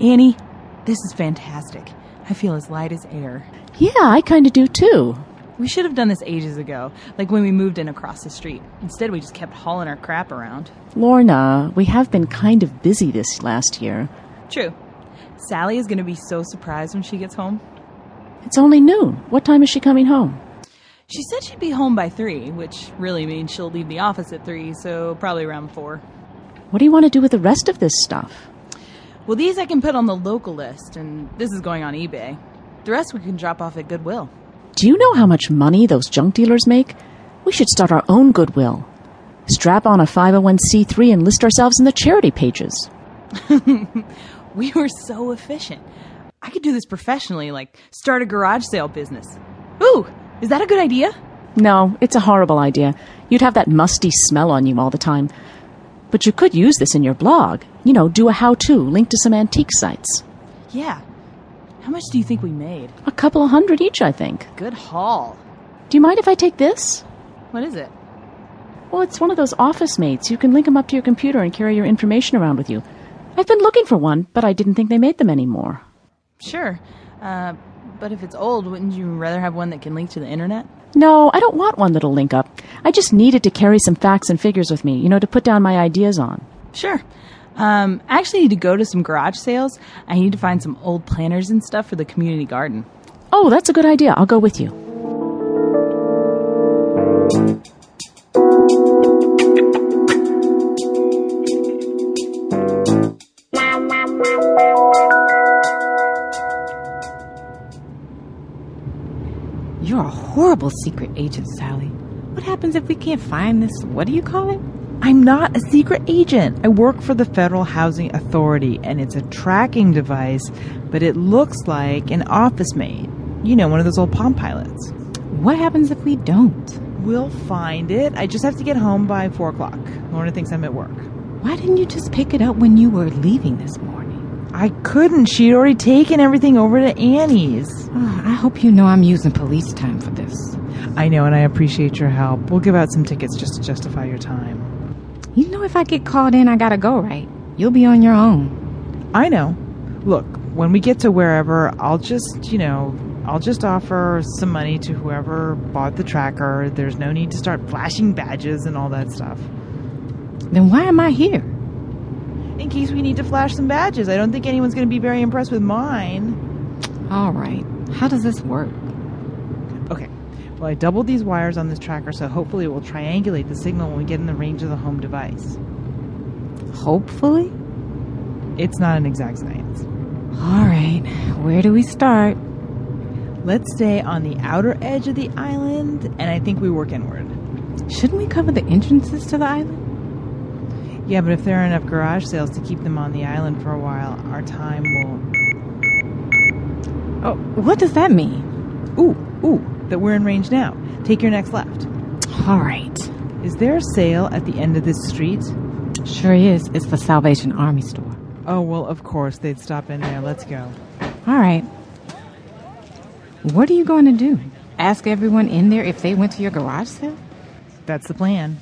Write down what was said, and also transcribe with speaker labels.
Speaker 1: Annie, this is fantastic. I feel as light as air.
Speaker 2: Yeah, I kind of do too.
Speaker 1: We should have done this ages ago, like when we moved in across the street. Instead, we just kept hauling our crap around.
Speaker 2: Lorna, we have been kind of busy this last year.
Speaker 1: True. Sally is going to be so surprised when she gets home.
Speaker 2: It's only noon. What time is she coming home?
Speaker 1: She said she'd be home by three, which really means she'll leave the office at three, so probably around four.
Speaker 2: What do you want to do with the rest of this stuff?
Speaker 1: Well, these I can put on the local list, and this is going on eBay. The rest we can drop off at Goodwill.
Speaker 2: Do you know how much money those junk dealers make? We should start our own Goodwill. Strap on a 501c3 and list ourselves in the charity pages.
Speaker 1: we were so efficient. I could do this professionally, like start a garage sale business. Ooh, is that a good idea?
Speaker 2: No, it's a horrible idea. You'd have that musty smell on you all the time. But you could use this in your blog. You know, do a how to, link to some antique sites.
Speaker 1: Yeah. How much do you think we made?
Speaker 2: A couple of hundred each, I think.
Speaker 1: Good haul.
Speaker 2: Do you mind if I take this?
Speaker 1: What is it?
Speaker 2: Well, it's one of those office mates. You can link them up to your computer and carry your information around with you. I've been looking for one, but I didn't think they made them anymore.
Speaker 1: Sure. Uh, but if it's old, wouldn't you rather have one that can link to the internet?
Speaker 2: No, I don't want one that'll link up. I just needed to carry some facts and figures with me, you know, to put down my ideas on.
Speaker 1: Sure. Um, I actually need to go to some garage sales. I need to find some old planters and stuff for the community garden.
Speaker 2: Oh, that's a good idea. I'll go with you.
Speaker 3: You're a horrible secret agent, Sally. What happens if we can't find this? What do you call it?
Speaker 4: I'm not a secret agent. I work for the Federal Housing Authority, and it's a tracking device, but it looks like an office mate. You know, one of those old Palm Pilots.
Speaker 3: What happens if we don't?
Speaker 4: We'll find it. I just have to get home by 4 o'clock. Lorna thinks I'm at work.
Speaker 3: Why didn't you just pick it up when you were leaving this morning?
Speaker 4: I couldn't. She'd already taken everything over to Annie's.
Speaker 3: Ah, I hope you know I'm using police time for this.
Speaker 4: I know, and I appreciate your help. We'll give out some tickets just to justify your time.
Speaker 3: You know, if I get called in, I gotta go, right? You'll be on your own.
Speaker 4: I know. Look, when we get to wherever, I'll just, you know, I'll just offer some money to whoever bought the tracker. There's no need to start flashing badges and all that stuff.
Speaker 3: Then why am I here?
Speaker 4: In case we need to flash some badges, I don't think anyone's going to be very impressed with mine.
Speaker 3: All right. How does this work?
Speaker 4: Okay. Well, I doubled these wires on this tracker, so hopefully it will triangulate the signal when we get in the range of the home device.
Speaker 3: Hopefully?
Speaker 4: It's not an exact science.
Speaker 3: All right. Where do we start?
Speaker 4: Let's stay on the outer edge of the island, and I think we work inward.
Speaker 3: Shouldn't we cover the entrances to the island?
Speaker 4: Yeah, but if there are enough garage sales to keep them on the island for a while, our time will.
Speaker 3: Oh, what does that mean?
Speaker 4: Ooh, ooh, that we're in range now. Take your next left.
Speaker 3: All right.
Speaker 4: Is there a sale at the end of this street?
Speaker 3: Sure is. It's the Salvation Army store.
Speaker 4: Oh, well, of course, they'd stop in there. Let's go.
Speaker 3: All right. What are you going to do? Ask everyone in there if they went to your garage sale?
Speaker 4: That's the plan.